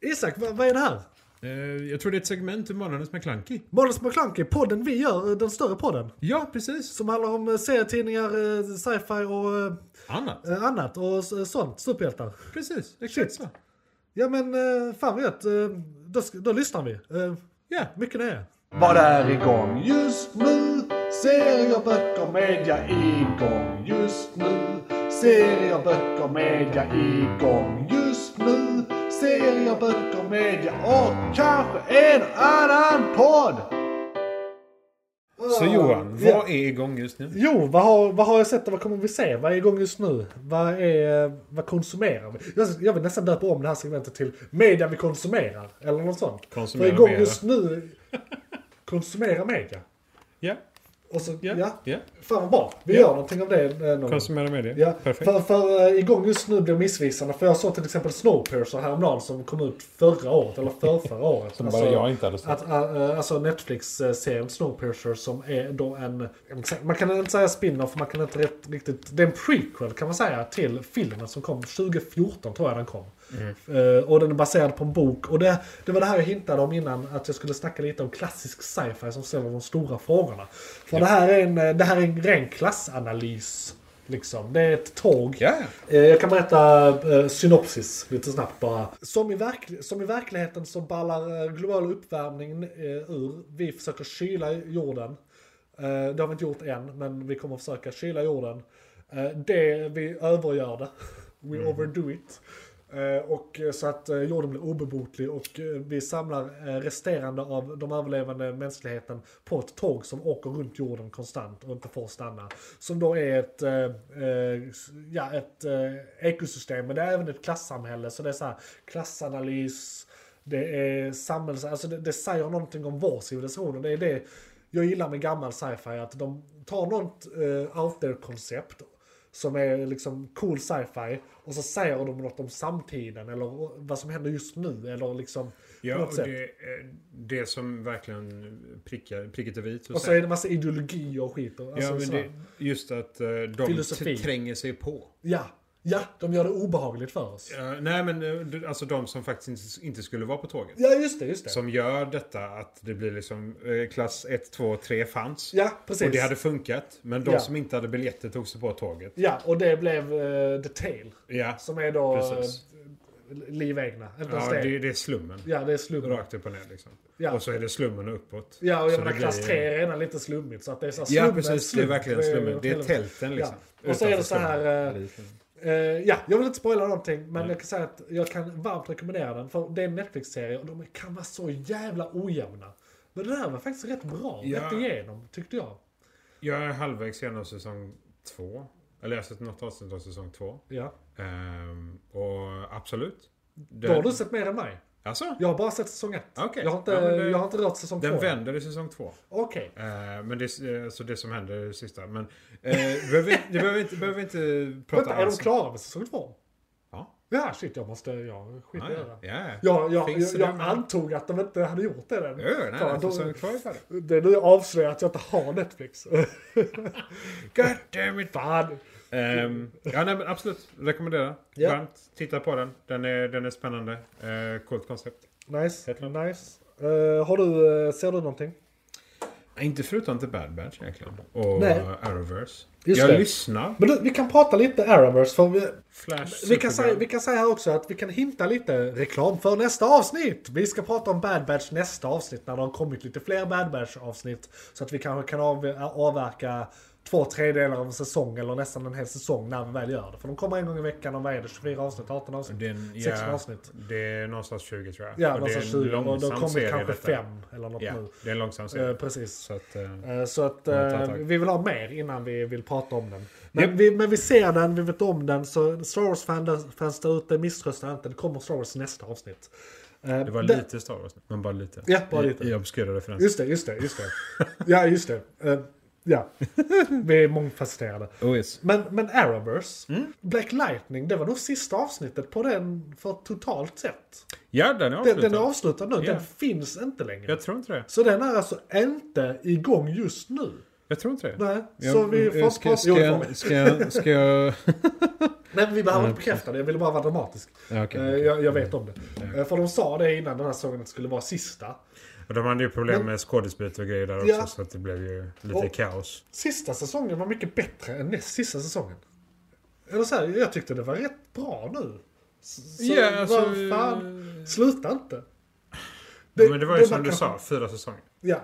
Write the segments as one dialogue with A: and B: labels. A: Isak, vad, vad är det här?
B: Eh, jag tror det är ett segment ur Månadens McKlunky.
A: Månads McKlunky, podden vi gör, eh, den större podden.
B: Ja, precis.
A: Som handlar om eh, serietidningar, eh, sci-fi och eh,
B: Annat.
A: eh, annat och s- sånt, superhjältar.
B: Precis, exakt
A: Shit.
B: så.
A: Ja men eh, fan vad gött, eh, då, sk- då lyssnar vi. Eh,
B: Ja,
A: Mycket nöje.
C: Vad är igång just nu? Serier, böcker, media igång just nu. Serier, böcker, media igång just nu. Serier, böcker, media och kanske en annan podd.
B: så Johan,
A: Ja.
B: vad är igång just nu?
A: Jo, vad har, vad har jag sett och vad kommer vi se? Vad är igång just nu? Vad, är, eh, vad konsumerar vi? Jag, jag vill nästan döpa om det här segmentet till media vi konsumerar. Eller något sånt.
B: Konsumera
A: För igång
B: mera.
A: just nu, konsumera media.
B: Ja,
A: Och så, ja.
B: ja, ja.
A: Fan vad bra. Vi gör någonting av det eh, någon gång.
B: Konsumera media.
A: Ja,
B: Perfekt.
A: för, för eh, igång just nu blir missvisande. För jag såg till exempel Snowpiercer häromdagen som kom ut förra året, eller förrförra året. Alltså,
B: Som bara jag inte hade sett.
A: Att, eh, eh, alltså Netflix-serien Snowpiercer som är då en, man kan inte säga spin-off, man kan inte rätt, riktigt, det är en prequel kan man säga till filmen som kom 2014 tror jag den kom. Eh, och den är baserad på en bok. Och det, det var det här jag hintade om innan, att jag skulle snacka lite om klassisk sci-fi som ställer de stora frågorna. För det, här är en, eh, det här är en ren klassanalys. Liksom. Det är ett tåg
B: Ja, ja.
A: Eh, Jag kan berätta eh, synopsis lite snabbt bara. Som i, verk- som i verkligheten så ballar eh, global uppvärmning eh, ur. Vi försöker kyla jorden. Eh, Det har vi inte gjort än, men vi kommer försöka kyla jorden. Eh, Det, vi övergör det. We overdo it. Eh, Och eh, så att eh, jorden blir obebotlig och eh, vi samlar eh, resterande av de överlevande mänskligheten på ett tåg som åker runt jorden konstant och inte får stanna. Som då är ett, eh, eh, s- ja, ett eh, ekosystem, men det är även ett klassamhälle. Så det är så här klassanalys, det är samhälls... Alltså det, det säger någonting om vår civilisation och det är det jag gillar med gammal sci-fi. Att de tar något eh, out there-koncept som är liksom cool sci-fi och så säger de något om samtiden eller vad som händer just nu eller liksom på
B: Ja,
A: något
B: och
A: sätt.
B: det, är eh, det som verkligen prickar, pricket är vit.
A: Och så är det en massa ideologi och skit. Och, alltså,
B: ja, men
A: sådär.
B: det, just att eh, de
A: Filosofi.
B: t- tränger sig på.
A: ja, ja, de gör det obehagligt för oss. Ja,
B: Ja, nej, men eh, d- alltså de som faktiskt inte, inte skulle vara på tåget.
A: just det, just det.
B: Som gör detta att det blir liksom eh, klass 1, 2, 3 fanns.
A: ja, precis.
B: Och det hade funkat. Men de
A: Ja.
B: som inte hade biljetter tog sig på tåget.
A: Ja, och det blev eh, The Tale.
B: Ja,
A: Som är då
B: Precis.
A: eh, livegna. Inte ens
B: ja
A: det.
B: det, det är slummen.
A: Ja, det är slummen.
B: Rakt upp och ner liksom.
A: Ja.
B: Och så är det slummen och uppåt.
A: Ja, och
B: Så
A: jag
B: det
A: menar klass
B: blir-
A: 3 är redan lite slummigt. Så att det är så här,
B: Ja,
A: slummen,
B: precis. Det är
A: slummen.
B: verkligen slummen. Det är tälten liksom.
A: Ja. Och så är det så
B: Utanför
A: här... eh,
B: slummen.
A: Eh, ja, jag vill inte spoila någonting, men jag kan säga att jag kan varmt rekommendera den. För det är en Netflix-serie och de kan vara så jävla ojämna. Men den här var faktiskt rätt bra,
B: Ja.
A: rätt igenom, tyckte jag.
B: Jag är halvvägs genom säsong två. Eller jag har sett något avsnitt av säsong två.
A: Ja.
B: Ehm, och absolut.
A: Då har du sett mer än mig.
B: Alltså?
A: Jag har bara sett säsong 1.
B: Okej.
A: Jag, har inte-
B: Ja, men det-
A: jag har inte rört säsong 2.
B: Den vänder i säsong två.
A: Okej.
B: Eh, men det, eh, så det som händer är det sista. Men eh, behöver, det behöver inte, behöver inte prata
A: Vänta, är de
B: alls om.
A: klara med säsong 2?
B: Ja.
A: Ja, shit, jag måste... Jag skiter i det.
B: Ja,
A: där.
B: ja.
A: Jag, jag, jag,
B: Finns det
A: jag
B: någon-
A: antog att de inte hade gjort det än.
B: Jo, nej, nej,
A: Fan, då-
B: säsong två är färdig.
A: det är nu jag avslöjar att jag inte har Netflix.
B: God damn it.
A: Fan.
B: Ehm, ja, nej, men absolut. Rekommendera.
A: Ja.
B: Varmt. Titta på den. Den är, den är spännande. Eh, coolt koncept.
A: Nice. nice. Eh, har du, eh, ser du någonting?
B: Inte förutom The Bad Batch egentligen. Och
A: Nej.
B: Arrowverse.
A: Just
B: jag
A: det.
B: lyssnar.
A: Men du, vi kan prata lite Arrowverse. För vi,
B: Flash.
A: vi, kan säga,
B: Supergirl.
A: vi kan säga här också att vi kan hinta lite reklam för nästa avsnitt. Vi ska prata om Bad Batch nästa avsnitt när det har kommit lite fler Bad Batch avsnitt. Så att vi kanske kan av, avverka två tredjedelar av en säsong eller nästan en hel säsong när vi väl gör det. För de kommer en gång i veckan och vad är det? 24 avsnitt, 18 avsnitt,
B: Det är en-
A: 16
B: ja,
A: avsnitt.
B: Det är någonstans 20 tror jag.
A: Ja,
B: Och det är en
A: någonstans 20. Och de
B: långsam
A: kommer
B: serie,
A: kanske
B: detta.
A: fem eller något
B: Ja,
A: nu.
B: det är en långsam
A: Eh,
B: serie.
A: precis.
B: Så att, eh,
A: Eh, Så att
B: Ja,
A: eh,
B: tack, tack.
A: vi vill ha mer innan vi vill prata om den. Men,
B: Japp.
A: vi, men vi ser den, vi vet om den, så Star Wars-fans där ute misströsta inte. Det kommer Star Wars i nästa avsnitt. Eh,
B: det var
A: där-
B: lite Star Wars. Men bara lite.
A: Ja, bara lite.
B: I, i obskyra referenser.
A: Just det, just det, just det. ja, just det. Eh, ja, vi är mångfacetterade.
B: Oh, yes.
A: Men, men Arrowverse,
B: Mm.
A: Black Lightning, det var nog sista avsnittet på den för totalt sett.
B: Ja, den är
A: Den,
B: avslutad.
A: den är avslutad nu,
B: Ja.
A: den finns inte längre.
B: Jag tror inte det.
A: Så den är alltså inte igång just nu.
B: Jag tror inte det.
A: Nej,
B: Jag,
A: så vi får
B: jag-
A: prata...
B: typ. eh,
A: jo,
B: ska,
A: det får vi.
B: ska, ska, ska jag...
A: Nej, men vi behöver
B: Nej,
A: inte bekräfta det. Jag ville bara vara dramatisk.
B: Ja, okej,
A: Eh,
B: okej.
A: Jag, jag vet om det. Eh, För de sa det innan den här sången att det skulle vara sista.
B: Och de hade ju problem med skådesbyte och grejer där också
A: Ja.
B: så att det blev ju lite
A: Och-
B: kaos.
A: Sista säsongen var mycket bättre än näst sista säsongen. Eller så här, jag tyckte det var rätt bra nu. S- Så
B: Ja, alltså,
A: vad fan, sluta inte.
B: Det, men det var ju som
A: man
B: du
A: kan-
B: sa, fyra säsonger.
A: Ja.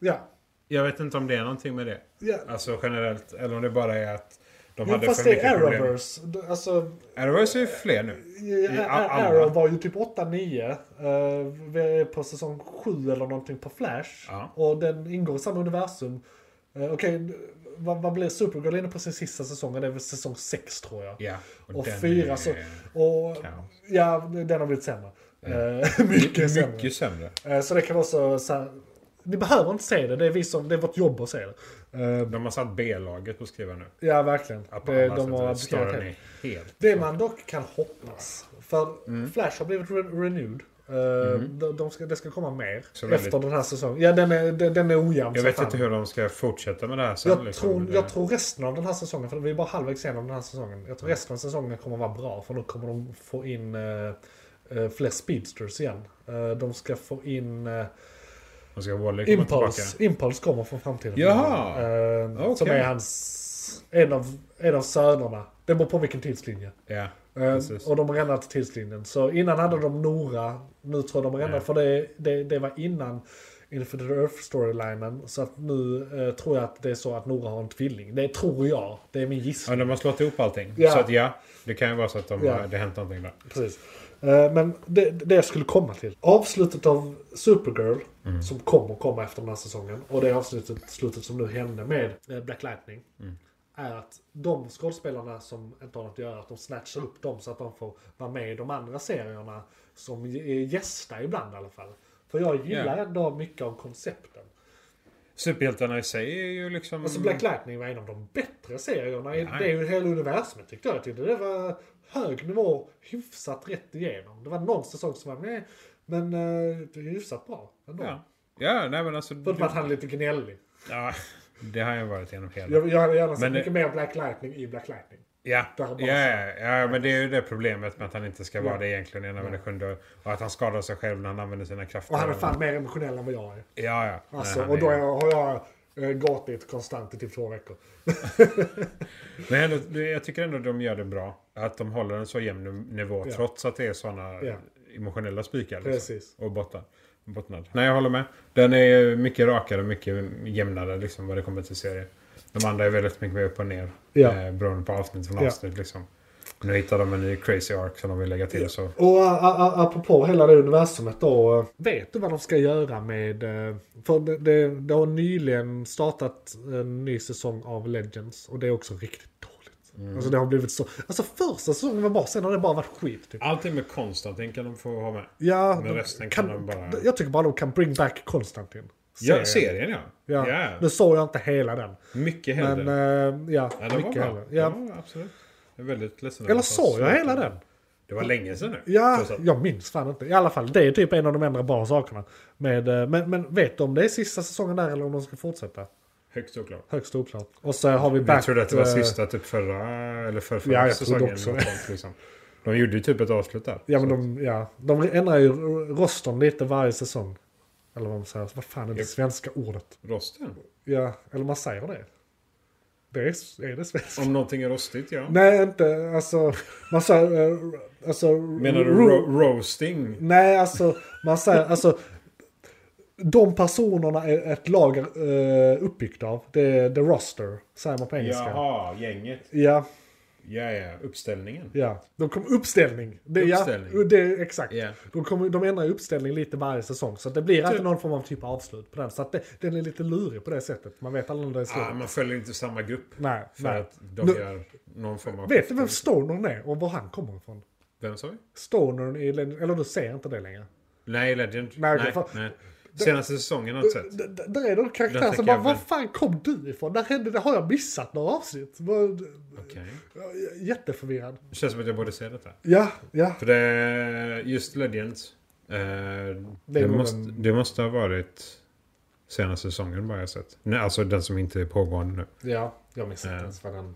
A: Ja.
B: Jag vet inte om det är någonting med det.
A: ja.
B: Alltså generellt, eller om det bara är att de
A: Jo,
B: hade
A: fast
B: för
A: det
B: mycket
A: är
B: problem.
A: Arrowverse. D- Alltså,
B: Arrowverse är ju fler nu.
A: I,
B: I a- alla.
A: Arrow var ju typ 8-9. eh, vi är på säsong 7 eller någonting på Flash.
B: Ja.
A: Och den ingår i samma universum. Eh, Okej, vad, vad blev Supergirl inne på sin sista säsong? Det är väl säsong 6 tror jag.
B: Ja.
A: Och
B: den
A: fyra
B: är
A: så... Och,
B: kaos.
A: ja, den har blivit sämre. Eh, mycket sämre.
B: Mycket sämre.
A: Eh, så det kan vara så, så här, Ni behöver inte se det, det är, vi som, det är vårt jobb att se det. Eh,
B: De har satt B-laget på att skriva nu.
A: ja, verkligen.
B: Att
A: Det,
B: alla
A: de har Alltså
B: sätter
A: blockerat
B: storyn
A: det.
B: i helt.
A: Det man dock kan hoppas, för
B: Mm.
A: Flash har blivit re- renewed. Eh, de, de ska, det ska komma mer
B: Så
A: efter
B: väldigt-
A: den här säsongen. Ja, den är, den, den är ojämn
B: Jag
A: som
B: vet
A: fan.
B: inte hur de ska fortsätta med det här sen.
A: jag,
B: liksom.
A: tror,
B: Det-
A: jag tror resten av den här säsongen, för vi är bara halvvägs igenom den här säsongen. Jag tror
B: Mm.
A: resten av säsongen kommer vara bra, för nu kommer de få in eh, eh, fler speedsters igen. Eh, de ska få in... eh,
B: De ska Wally komma tillbaka.
A: Impulse, Impulse kommer från framtiden.
B: Jaha.
A: Eh,
B: Okej.
A: Som är hans... En av, en av sönerna. Det beror på vilken tidslinje.
B: Ja,
A: Eh,
B: precis.
A: Och de har ändrat tidslinjen. Så innan hade de Nora, nu tror jag de har ändrat, för det, det, det var innan Infinite Earth storylinen. Så att nu eh, tror jag att det är så att Nora har en tvilling. Det tror jag, det är min
B: Ja,
A: gissning.
B: de har slått ihop allting.
A: Ja.
B: Så att ja, det kan ju vara så att de,
A: Ja.
B: har- det har hänt någonting där.
A: Precis. Eh, Men det, det jag skulle komma till. Avslutet av Supergirl, som kommer komma efter den här säsongen, och det avslutet slutet som nu hände med eh, Black Lightning, är att de skådespelarna som inte har något att göra, att de snatchar upp dem så att de får vara med i de andra serierna som är gästa ibland i alla fall. För jag gillar
B: Ja.
A: ändå mycket av koncepten.
B: Superhjältarna i sig är ju liksom...
A: Alltså Black Lightning var en av de bättre serierna. i
B: Ja.
A: Det är ju hela universumet tyckte jag. Jag tyckte det var hög nivå, hyfsat rätt igenom. Det var någon säsong som var med, men eh, det är hyfsat bra ändå.
B: Ja. ja, nej men alltså...
A: Förutom att han är lite gnällig.
B: ja, det har jag varit genom hela.
A: Jag, jag hade gärna sett
B: Men eh, det-
A: mycket mer Black Lightning i Black Lightning.
B: Ja,
A: Där
B: ja,
A: har bara-
B: ja, ja, men det är ju det problemet med att han inte ska vara
A: Ja.
B: det egentligen i en människan dör. Och att han skadar sig själv när han använder sina krafter.
A: Och han är fan mer emotionell än vad jag är.
B: Ja, ja.
A: Alltså,
B: Nej, han
A: och då
B: är-
A: är, har jag eh, gråtit konstant i typ två veckor.
B: Men ändå, det- jag tycker ändå de gör det bra. Att de håller en så jämn niv- nivå
A: Ja.
B: trots att det är sådana
A: Ja.
B: emotionella spikar. liksom.
A: Precis.
B: Och bottnar. bottnad. Nej, jag håller med. Den är ju mycket rakare och mycket jämnare liksom, vad det kommer till serier. De andra är väldigt mycket mer upp och ner.
A: Ja.
B: Eh, beroende på avsnitt från
A: Ja.
B: avsnitt. Liksom. Nu hittar de en ny crazy arc som de vill lägga till.
A: Ja.
B: Så.
A: Och ä, ä, apropå hela det universumet då. ä, Vet du vad de ska göra med... ä, För det, det, det har nyligen startat en ny säsong av Legends. Och det är också riktigt dåligt.
B: Mm.
A: Alltså det har blivit så... Alltså första säsongen var bra, sen har det bara varit skit. Typ.
B: Allting med Konstantin kan de få ha med.
A: Ja,
B: Men
A: de
B: resten kan
A: kan,
B: de bara-
A: Jag tycker bara de kan bring back Konstantin.
B: Ja, serien ja.
A: Ja.
B: Ja.
A: Nu såg jag inte hela den.
B: Mycket
A: Men
B: hellre.
A: ä, ja,
B: ja, det var
A: mycket
B: bra.
A: hellre. Ja.
B: Det var absolut. Jag är väldigt ledsen.
A: Eller
B: att det
A: såg
B: var
A: jag
B: slut.
A: hela den?
B: Det var länge sedan nu.
A: Ja,
B: trots att-
A: jag minns fan inte. I alla fall, det är typ en av de andra bra sakerna. Med, eh, men, men vet du om det är sista säsongen där eller om de ska fortsätta?
B: Högst oklart.
A: Högst oklart. Och så har vi back...
B: Jag trodde att det var
A: eh,
B: sista typ förra eller förrförra
A: Ja, jag trodde
B: säsongen.
A: också
B: något sånt, liksom. De gjorde ju typ ett avslut där.
A: eh, Ja, men
B: Så
A: de, ja, de ändrar ju rostern lite varje säsong. Eller vad man säger. Vad fan är det
B: Ja.
A: svenska ordet?
B: att- Rosten?
A: Ja, eller man säger det. Det är, är det svenska.
B: Om någonting är rostigt, ja.
A: Nej, inte alltså... Man säger... eh, Alltså,
B: Menar du
A: ro-
B: ro- roasting?
A: Nej, alltså man säger, alltså de personerna är ett lag är eh, uppbyggt av, det är the roster, säger man på engelska.
B: Jaha, gänget.
A: Ja,
B: Ja, ja. Uppställningen.
A: ja. De kom, uppställning. Det, Ja,
B: Uppställning.
A: det är exakt.
B: Ja.
A: De, kommer, de ändrar ju uppställning lite varje säsong, så att det blir alltid någon form av typ av avslut på den. Så att det, den är lite lurig på det sättet. Man vet aldrig när det är slut.
B: Ah, man följer inte samma grupp.
A: nej,
B: För
A: nej.
B: att de
A: Nu-
B: gör någon form av...
A: Vet du vem Stoner är och var han kommer ifrån?
B: Vem sa vi?
A: Stoner i Legend- eller du ser inte det längre.
B: Nej, Legend.
A: Nej,
B: Nej,
A: okej,
B: nej,
A: fan.
B: Senaste säsongen har jag inte sett.
A: D- d- Där är någon
B: Där
A: karaktär som
B: tänker
A: bara,
B: jag
A: var
B: väl-
A: fan kom du ifrån? Där hände det, har jag missat några avsnitt? Vad-
B: Okej.
A: jag är Jätteförvirrad.
B: Det känns som att jag borde se detta.
A: Ja, ja.
B: För det, just Legends. Eh, det,
A: nog
B: måste,
A: den-
B: det måste ha varit senaste säsongen bara jag sett. Nej, alltså den som inte är pågående nu.
A: Eh. Ja, jag missade
B: Ja.
A: inte ens vad den...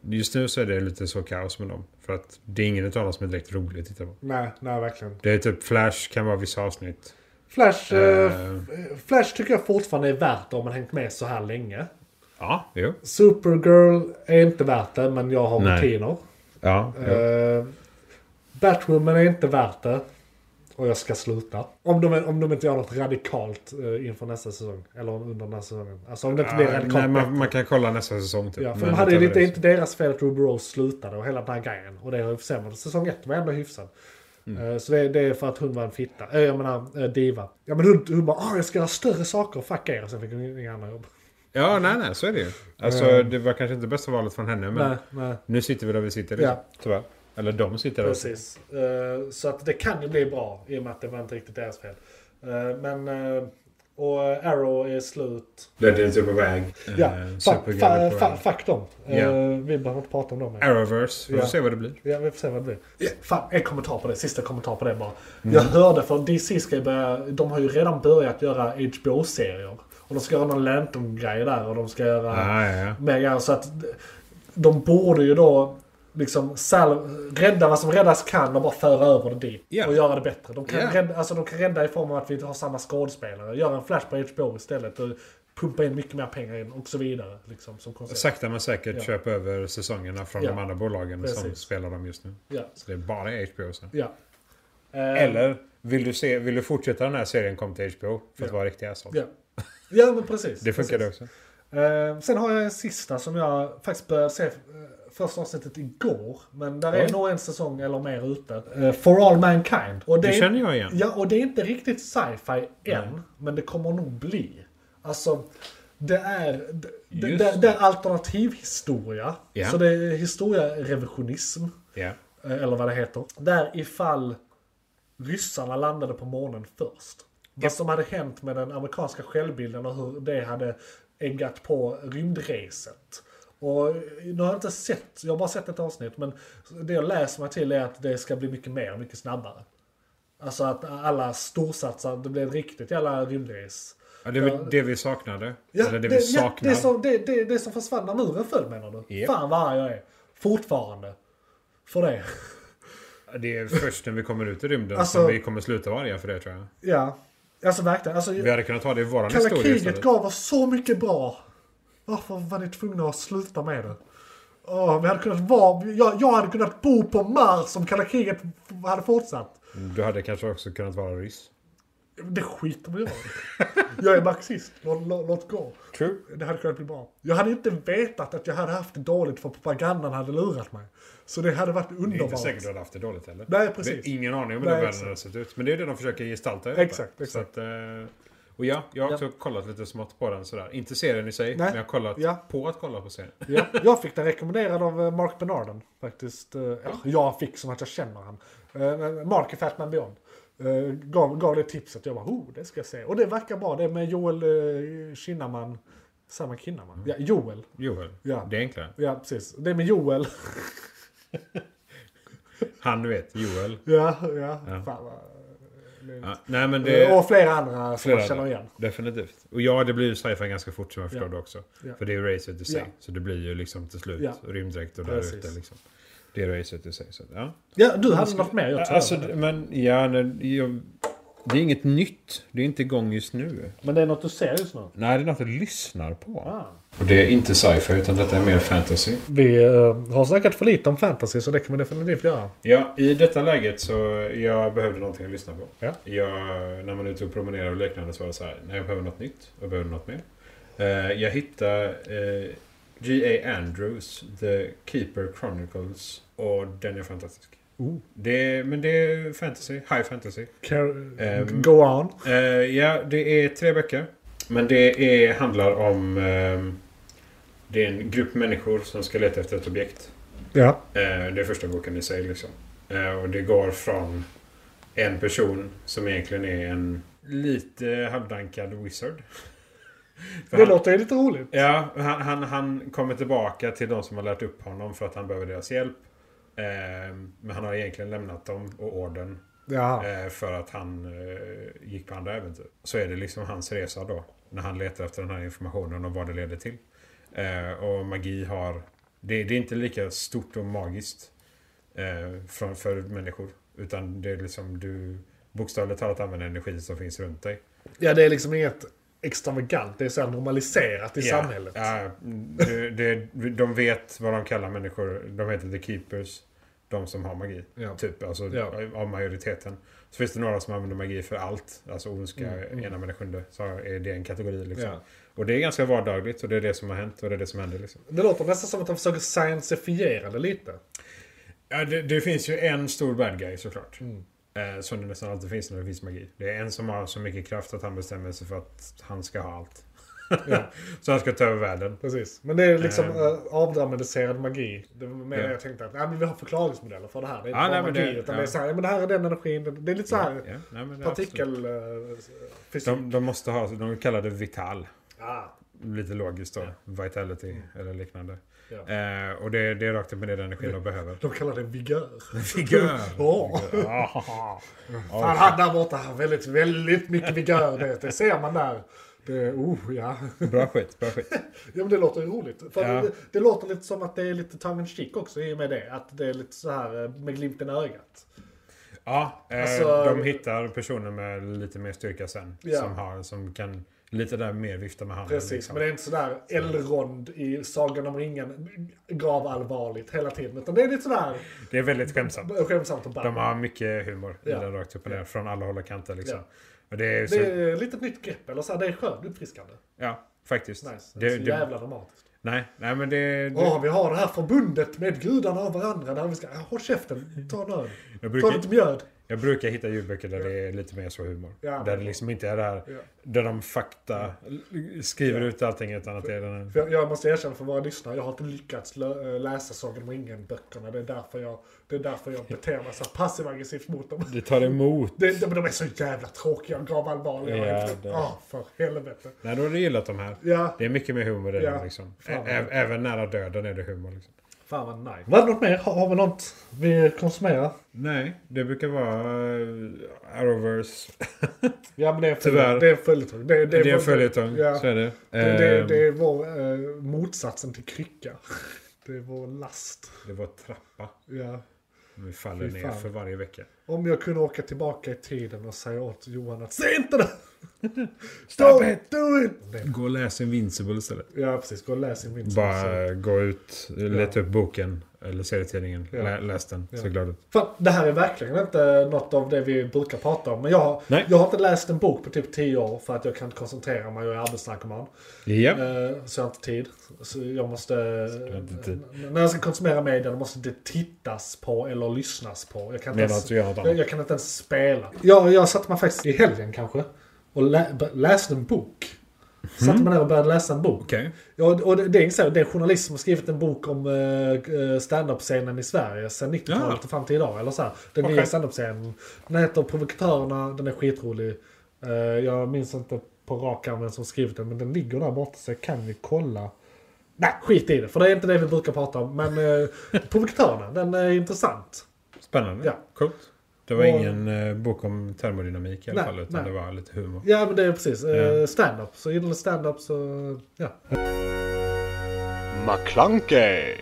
B: Just nu så är det lite så kaos med dem. För att det är ingen utav dem som är direkt rolig att titta på.
A: Nej, nej verkligen.
B: Det är typ Flash kan vara vissa avsnitt.
A: Flash, eh,
B: Eh.
A: f- Flash tycker jag fortfarande är värt det om man hängt med så här länge.
B: Ja, jo.
A: Supergirl är inte värt det, men jag har
B: Nej.
A: rutiner.
B: Ja, jo.
A: Eh, Batwoman är inte värt det. Och jag ska sluta. Om de, om de inte gör något radikalt eh, inför nästa säsong. Eller under den här säsongen. Alltså om det inte blir
B: Ja,
A: radikalt
B: Ah, nej,
A: bättre.
B: man, man kan kolla nästa säsong typ.
A: Ja, för
B: Men
A: de hade ju lite,
B: utöver
A: det är
B: det
A: inte deras fel att Ruby Rose slutade och hela den här grejen. Och det har ju försämrat. Säsong ett var ändå hyfsad.
B: Mm.
A: Eh, Så det, det är för att hon var en fitta. Eh, Jag menar, eh, diva. Ja men hon, hon bara "Ah, jag ska göra större saker, fuck er. Och sen fick hon inga andra jobb.
B: Ja, nej, nej, så är det ju. Alltså, det var kanske inte bästa valet från henne, men
A: Eh. Nej, nej.
B: nu sitter vi där vi sitter. Liksom, Tyvärr. Eller de sitter där.
A: Precis. Eh, Så att det kan ju bli bra i och med att det var inte riktigt deras fel. Eh, Men... eh, Och Arrow är slut.
B: Legends är på väg.
A: Ja,
B: Eh,
A: fuck,
B: Supergirl
A: fa-
B: är på
A: fa-
B: väg.
A: fuck dem. Eh,
B: Ja.
A: Vi behöver inte prata om dem. mer.
B: Arrowverse. Vi får
A: Ja.
B: se vad det blir.
A: Ja, vi får se vad det blir. Mm. Fan, en kommentar på det. Sista kommentar på det bara. Jag hörde för DC ska ju börja, de har ju redan börjat göra HBO-serier. Och de ska göra någon Lantern-grej där och de ska göra
B: Ah, ja, ja.
A: mer grejer. Så att de borde ju då liksom sal- rädda vad som räddas kan och bara föra över det dit.
B: Ja.
A: Och göra det bättre. De kan,
B: Ja.
A: rädda, alltså, de kan rädda i form av att vi inte har samma skådespelare. Göra en Flash på HBO istället. Och pumpa in mycket mer pengar in och så vidare. Liksom, som koncept.
B: Sakta men säkert
A: Ja.
B: köpa över säsongerna från
A: Ja.
B: de andra bolagen som
A: Precis.
B: spelar dem just nu.
A: Ja.
B: Så det är bara HBO sen.
A: ja. Eh,
B: Eller vill du, se, vill du fortsätta den här serien kom till HBO för att
A: Ja.
B: vara riktig asshole?
A: Ja. Ja men precis.
B: Det funkar det
A: precis.
B: också.
A: Eh, sen har jag en sista som jag faktiskt började se eh, första avsnittet igår. Men där är
B: Oj.
A: nog en säsong eller mer ute. Eh, For All Mankind. Och det,
B: Det
A: är-
B: känner jag igen.
A: Ja, och det är inte riktigt sci-fi än. Men det kommer nog bli. Alltså, det är, det, det,
B: Just
A: det,
B: det.
A: är alternativhistoria.
B: Ja.
A: Så det är historierevisionism.
B: Ja.
A: eh, Eller vad det heter. Där ifall ryssarna landade på månen först. Vad som hade hänt med den amerikanska självbilden och hur det hade äggat på rymdreset. Och eh, nu har jag inte sett, jag har bara sett ett avsnitt, men det jag läser mig till är att det ska bli mycket mer, mycket snabbare. Alltså att alla storsatsar, det blir ett riktigt jävla rymdres.
B: Ja, det är väl det vi saknade.
A: Ja,
B: Eller det,
A: det,
B: vi
A: ja,
B: saknar.
A: det, som, det, det, det som försvann när muren föll menar du?
B: Japp.
A: Fan vad arg jag är. Fortfarande. För det.
B: Det är först när vi kommer ut i rymden
A: Alltså-
B: som vi kommer sluta vara arga för det tror jag.
A: Ja. Alltså verkligen. Alltså,
B: Vi hade kunnat ta det i våran
A: Kalla
B: historia
A: kriget
B: istället.
A: gav oss så mycket bra. Varför var ni tvungna att sluta med det? Åh, vi hade kunnat vara, jag, jag hade kunnat bo på Mars om kalla kriget f- hade fortsatt.
B: Du hade kanske också kunnat vara ryss.
A: Det skiter vi i. Jag är marxist, låt, låt, låt gå.
B: True.
A: Det hade kunnat bli bra. Jag hade inte vetat att jag hade haft det dåligt för propagandan hade lurat mig. Så det hade varit
B: Det är inte säkert
A: underbart.
B: du hade haft det dåligt heller.
A: Nej, precis.
B: Vi har ingen aning om
A: Nej,
B: hur den världen
A: exakt.
B: hade sett ut. Men det är det de försöker gestalta. i alla fall.
A: Exakt,
B: Så
A: exakt.
B: att, eh, och ja, jag har också kollat lite smått på den sådär. Inte serien i sig, men jag har kollat
A: Ja.
B: på att kolla på serien.
A: Ja, jag fick den rekommenderad av eh, Mark Benarden faktiskt. Eh, Eller jag fick som att jag känner han. Eh, men Mark i Fatman Beyond. eh, Gav, gav det tipset. Jag bara, oh, det ska jag se. Och det verkar bra. Det är med Joel eh, Kinnaman. Samma Kinnaman? Ja, Joel.
B: Joel,
A: Ja.
B: det är enklare.
A: Ja, precis. Det är med Joel.
B: Han du vet, Joel.
A: ja, ja.
B: Ja.
A: Fan vad...
B: Ja. Nej men det...
A: Eh, Och flera andra som
B: Flera
A: man känner
B: där.
A: igen.
B: Definitivt. Och ja, det blir ju sci-fi ganska fort som jag förstår
A: Ja.
B: det också.
A: Ja.
B: För det är ju racet i sig.
A: Ja.
B: Så det blir ju liksom till slut
A: Ja.
B: rymddräkt och där
A: Precis.
B: ute liksom. Det är racet i sig. Så, att, ja.
A: Ja, du hade något mer. Jag tror
B: Alltså,
A: det.
B: men ja, nej, jag, det är inget nytt. Det är inte igång just nu.
A: Men det är något du ser just nu.
B: Nej, det är något du lyssnar på.
A: Ah.
B: Och det är inte sci-fi, utan detta är mer fantasy.
A: Vi eh, har snackat för lite om fantasy så det kan vi definitivt göra.
B: Ja, i detta läget så jag behövde någonting att lyssna på.
A: Ja.
B: Jag, när man är ute och promenerar och liknande så var det så här, nej jag behöver något nytt, jag behöver något mer. Eh, jag hittade eh, G.A. Andrews, The Keeper Chronicles och den är fantastisk.
A: Oh.
B: Det är, men det är fantasy, high fantasy.
A: Car-
B: Ehm.
A: Go on.
B: Eh, ja, det är tre böcker. Men det är, handlar om... ehm, det är en grupp människor som ska leta efter ett objekt.
A: Ja.
B: Eh, Det är första boken i sig liksom. Eh, Och det går från en person som egentligen är en lite halvdankad wizard.
A: Det
B: För han-
A: låter ju lite roligt.
B: Ja, han, han, han kommer tillbaka till de som har lärt upp honom för att han behöver deras hjälp. Eh, Men han har egentligen lämnat dem och orden
A: Ja.
B: eh, för att han eh, gick på andra äventyr. Så är det liksom hans resa då. När han letar efter den här informationen och vad det leder till. Eh, Och magi har Det, det är inte lika stort och magiskt eh, för, för människor. Utan det är liksom du bokstavligt talat använder energi som finns runt dig.
A: Ja, det är liksom inget extravagant. Det är så här normaliserat i
B: Ja,
A: samhället.
B: Ja, det, det, de vet vad de kallar människor. De heter the keepers. De som har magi.
A: Ja.
B: Typ, alltså
A: Ja.
B: av majoriteten. Så finns det några som använder magi för allt. Alltså ondska,
A: Mm, mm.
B: ena med det sjunde. Så är det en kategori liksom.
A: Ja.
B: Och det är ganska vardagligt och det är det som har hänt och det är det som händer liksom.
A: Det låter nästan som att de försöker scienceifiera det lite.
B: Ja, det, det finns ju en stor bad guy såklart.
A: Mm.
B: Eh, som det nästan alltid finns när det finns magi. Det är en som har så mycket kraft att han bestämmer sig för att han ska ha allt.
A: Ja.
B: så han ska ta över världen.
A: Precis. Men det är liksom
B: Ehm.
A: eh, avdramatiserad magi. Det var mer
B: Ja.
A: jag tänkte att nej, men vi har förklaringsmodeller för det här. Det är inte
B: Ja,
A: bara
B: nej, men
A: magi.
B: det-
A: utan
B: ja.
A: det är så här, ja, men det här är den energin. Det- Det är lite så här eh,
B: Ja, nej, men det är absolut.
A: partikelfysik.
B: De, de måste ha, de kallar det vital.
A: ah,
B: Lite logiskt då. Vitality eller liknande.
A: ja.
B: Mm. Eh, och det, det är rakt upp med den energin de behöver.
A: De kallar det vigör.
B: Vigör!
A: Ja.
B: Ja.
A: Fan, han där borta har väldigt, väldigt mycket vigör. Det, det ser man där. Det, oh, ja.
B: Bra skit, bra skit.
A: Ja men det låter ju roligt. För
B: Ja.
A: det, det låter lite som att det är lite tongue in cheek också i och med det. Att det är lite så här eh, med glimten i ögat.
B: Ja, eh,
A: Alltså-
B: de hittar personer med lite mer styrka sen.
A: Ja.
B: Som, har, som kan lite där mer vifta med handen. liksom.
A: Precis, men det är inte sådär Elrond i Sagan om ringen gravallvarligt hela tiden. Utan det är lite sådär
B: Det är väldigt skämtsamt.
A: skämtsamt och
B: De
A: bara.
B: har mycket humor i
A: Ja.
B: den rakt upp och ner. Från alla håll och kanter liksom.
A: Ja.
B: Och det är så,
A: Det är lite ett nytt grepp, eller så här, det är skönt uppfriskande.
B: Ja, faktiskt.
A: Nice. Det
B: Det,
A: är så
B: det,
A: jävla dramatiskt.
B: nej, nej, men det... det
A: Åh, vi har det här förbundet med gudarna och varandra där vi ska, håll käften, ta en öl.
B: jag
A: Ta
B: brukar,
A: lite mjöd.
B: Jag brukar hitta ljudböcker där det är lite mer så humor.
A: Ja.
B: där det liksom inte är det här,
A: Ja.
B: där de fakta skriver ut allting utan att det är den här.
A: För jag, jag måste erkänna för våra lyssnare, jag har inte lyckats lö- äh, läsa Sagan om ringen-böckerna. Det, är därför jag- det är därför jag beter mig så här passiv-aggressivt mot dem.
B: Det tar emot.
A: Det, de, de är så jävla tråkiga och gravallvarliga.
B: Ja,
A: Ja,
B: det-
A: för helvete.
B: Nej, då har du gillat de här.
A: Ja,
B: Det är mycket mer humor i
A: Ja.
B: den liksom. Ä-
A: Fan.
B: ä- även nära döden är det humor. Liksom.
A: fan vad nice. Var det något mer? Har, har vi något vi konsumerar?
B: Nej, det brukar vara eh, Arrowverse.
A: Ja, men det är en
B: Tyvärr.
A: följetong. Det är en följetong. Det,
B: Det är en
A: vår-
B: följetong,
A: Ja.
B: så är det.
A: Det, det,
B: Ehm,
A: det är vår eh, motsatsen till krycka. Det är vår last.
B: det var trappa.
A: Ja.
B: Vi faller
A: Fy
B: ner
A: fan.
B: för varje vecka.
A: Om jag kunde åka tillbaka i tiden och säga åt Johan att se inte det!
B: Stop
A: Don't do it!
B: Gå och läs Invincible istället.
A: Ja, precis. Gå och läs sin vinst.
B: Bara eh, gå ut, leta upp boken eller serietidningen.
A: Ja.
B: Lä, läs den,
A: Ja.
B: så glad ut.
A: Fan, det här är verkligen inte något av det vi brukar prata om. Men jag,
B: Nej.
A: jag har inte läst en bok på typ 10 år för att jag kan inte koncentrera mig. Jag är arbetsnarkoman.
B: Ja.
A: Eh, Så jag har inte tid. Så jag måste...
B: har inte tid.
A: N- När jag ska konsumera media då måste det tittas på eller lyssnas på. Jag kan inte,
B: Medan
A: ens,
B: du gör något
A: jag,
B: annat.
A: jag kan inte ens spela. Jag, jag satte mig faktiskt i helgen kanske och lä, b- läste en bok.
B: Mm.
A: Satte mig ner och började läsa en bok.
B: Okej.
A: Ja, och- och det, det, är så, här, det är en journalist som har skrivit en bok om uh, stand-up-scenen i Sverige sedan 90-talet
B: Ja.
A: och fram till idag. Eller så här, den
B: Okej.
A: nya stand-up-scenen. Den heter Provokatörerna, den är skitrolig. Eh, jag minns inte på rak arm vem som skrivit den, men den ligger där borta så jag kan ju kolla. Nej, skit i det, för det är inte det vi brukar prata om. Men eh, Provokatörerna, den är intressant.
B: Spännande.
A: Ja.
B: Coolt. Det var
A: Och-
B: ingen eh, bok om termodynamik i alla
A: Nej,
B: fall, utan
A: nej.
B: det var lite humor.
A: Ja, men det är precis.
B: Ja.
A: Eh, stand-up. Så gillar du stand-up så, ja.
C: McClunkey.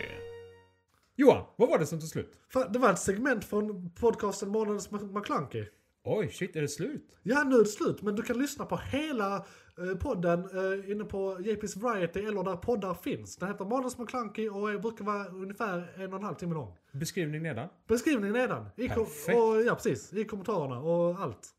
B: Johan, vad var det som tog slut?
A: Fan, det var ett segment från podcasten Månadens McKlunky.
B: Oj, shit, är det slut?
A: Ja, nu är det slut. Men du kan lyssna på hela eh, podden eh, inne på JP's Variety eller där poddar finns. Den heter Manus McClunky och eh, brukar vara ungefär en och en halv timme lång.
B: Beskrivning nedan.
A: Beskrivningen nedan. I kom-
B: Perfekt.
A: och, ja, precis. I kommentarerna och allt.